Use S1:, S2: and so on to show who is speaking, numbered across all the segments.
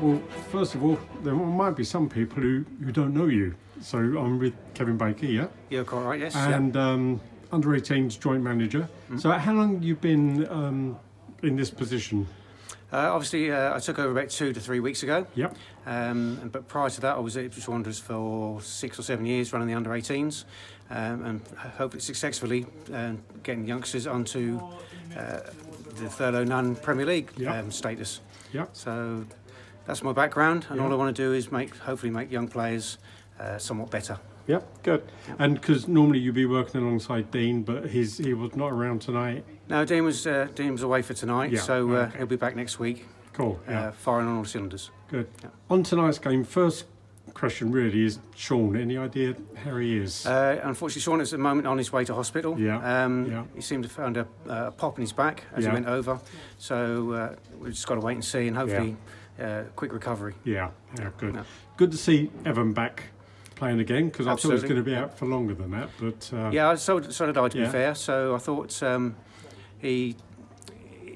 S1: Well, first of all, there might be some people who, who don't know you. So I'm with Kevin Baker, yeah,
S2: You're quite right, yes. yeah.
S1: and um, under 18s joint manager. So how long you been um, in this position?
S2: Uh, obviously, uh, I took over about two to three weeks ago.
S1: Yep.
S2: Um, and- but prior to that, I was at Ipswich Wanderers for six or seven years, running the under 18s, um, and hopefully successfully um, getting youngsters onto uh, the Thurlow Nun Premier League
S1: Yeah.
S2: um, status.
S1: Yeah.
S2: So that's my background, and all I want to do is make, hopefully, make young players uh, somewhat better.
S1: Yep. Good. And because normally you'd be working alongside Dean, but he's he was not around tonight.
S2: Now, Dean was uh, Dean was away for tonight,
S1: Yeah,
S2: so uh,
S1: okay.
S2: he'll be back next week,
S1: Cool.
S2: uh,
S1: Yeah.
S2: firing on all cylinders.
S1: Good.
S2: yeah.
S1: On tonight's game, first question really is Sean. Any idea how he is?
S2: Uh, unfortunately, Sean is at the moment on his way to hospital.
S1: Yeah,
S2: Um,
S1: yeah.
S2: He seemed to have found a, a pop in his back as
S1: Yeah.
S2: he went over. So uh, we've just got to wait and see, and hopefully, uh, quick recovery.
S1: yeah. Yeah. Good.
S2: no.
S1: Good to see Evan back playing again because I thought he was
S2: Absolutely.
S1: going to be out for longer than that, but uh,
S2: Yeah, so, so did I, to
S1: Yeah.
S2: be fair. So I thought um, he.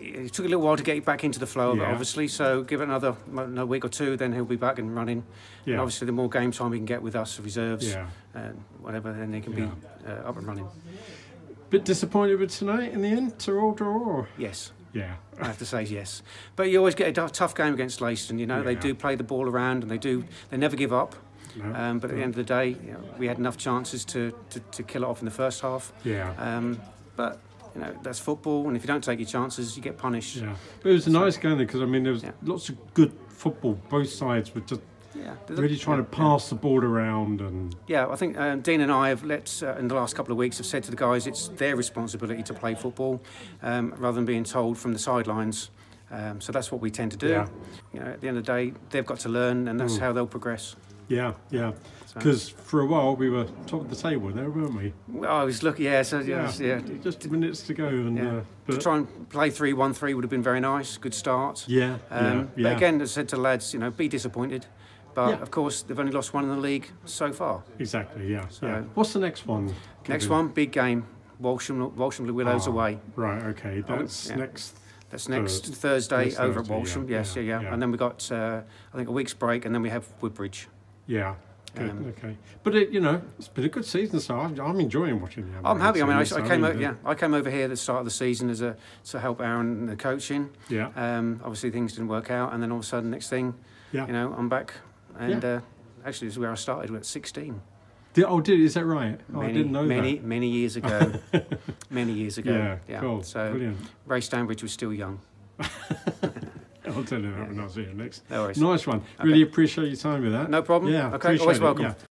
S2: It took a little while to get back into the flow of it,
S1: Yeah.
S2: obviously. So give it another, another week or two, then he'll be back and running. And
S1: yeah.
S2: obviously, the more game time he can get with us, reserves,
S1: Yeah.
S2: and whatever, then they can be uh, up and running.
S1: Bit disappointed with tonight in the end, draw, draw.
S2: Yes.
S1: Yeah,
S2: I have to say yes. But you always get a t- tough game against Leiston. You know they
S1: Yeah.
S2: do play the ball around and they do they never give up.
S1: No.
S2: Um, but at the end of the day, you know, we had enough chances to, to, to kill it off in the first half.
S1: yeah,
S2: Um, but you know that's football, and if you don't take your chances, you get punished.
S1: yeah. But it was a nice game because I mean there was
S2: Yeah.
S1: lots of good football. Both sides were just
S2: Yeah.
S1: really trying to pass the ball around and
S2: Yeah, I think um, Dean and I have let uh, in the last couple of weeks have said to the guys it's their responsibility to play football um, rather than being told from the sidelines. Um, so that's what we tend to do.
S1: Yeah. Mm.
S2: You know, at the end of the day, they've got to learn, and that's how they'll progress.
S1: yeah, yeah.
S2: So-
S1: Because for a while we were top of the table there, weren't we?
S2: Well, I was lucky, yeah. So yeah, yeah.
S1: Just minutes to go and
S2: yeah.
S1: uh,
S2: to
S1: but
S2: try and play three one three would have been very nice. Good start.
S1: yeah,
S2: Um,
S1: yeah, yeah.
S2: But again, as I said to the lads, you know, be disappointed. But
S1: Yeah.
S2: of course, they've only lost one in the league so far.
S1: exactly, yeah,
S2: So-
S1: yeah. What's the next one?
S2: Next
S1: Kevin?
S2: one, big game, Walsham, Walsham Blue Willows
S1: Ah,
S2: away.
S1: Right, okay, that's
S2: Oh, yeah.
S1: next.
S2: That's next
S1: Thurs-
S2: Thursday
S1: next
S2: over
S1: Thursday,
S2: at Walsham.
S1: yeah,
S2: Yes,
S1: yeah,
S2: yeah, yeah,
S1: yeah.
S2: And then we got, uh, I think, a week's break, and then we have Woodbridge.
S1: Yeah. Good,
S2: Um,
S1: okay, but it, you know it's been a good season, so I'm, I'm enjoying watching the.
S2: I'm happy. I mean, I, I came,
S1: out.
S2: over, yeah, I came over here at the start of the season as a to help Aaron in the coaching.
S1: yeah,
S2: Um, obviously, things didn't work out, and then all of a sudden, next thing,
S1: Yeah.
S2: you know, I'm back, and uh, actually, this is where I started at 16.
S1: Did, oh, did is that right? Oh,
S2: many,
S1: I didn't know
S2: many, many years ago. many years
S1: that.
S2: ago.
S1: Yeah, cool.
S2: So
S1: Brilliant.
S2: Ray Stanbridge was still young.
S1: I'll tell you that when I see you next.
S2: No worries.
S1: Nice one. Really appreciate your time with that.
S2: No problem.
S1: Yeah,
S2: Okay. Always
S1: appreciate it,
S2: welcome.
S1: yeah.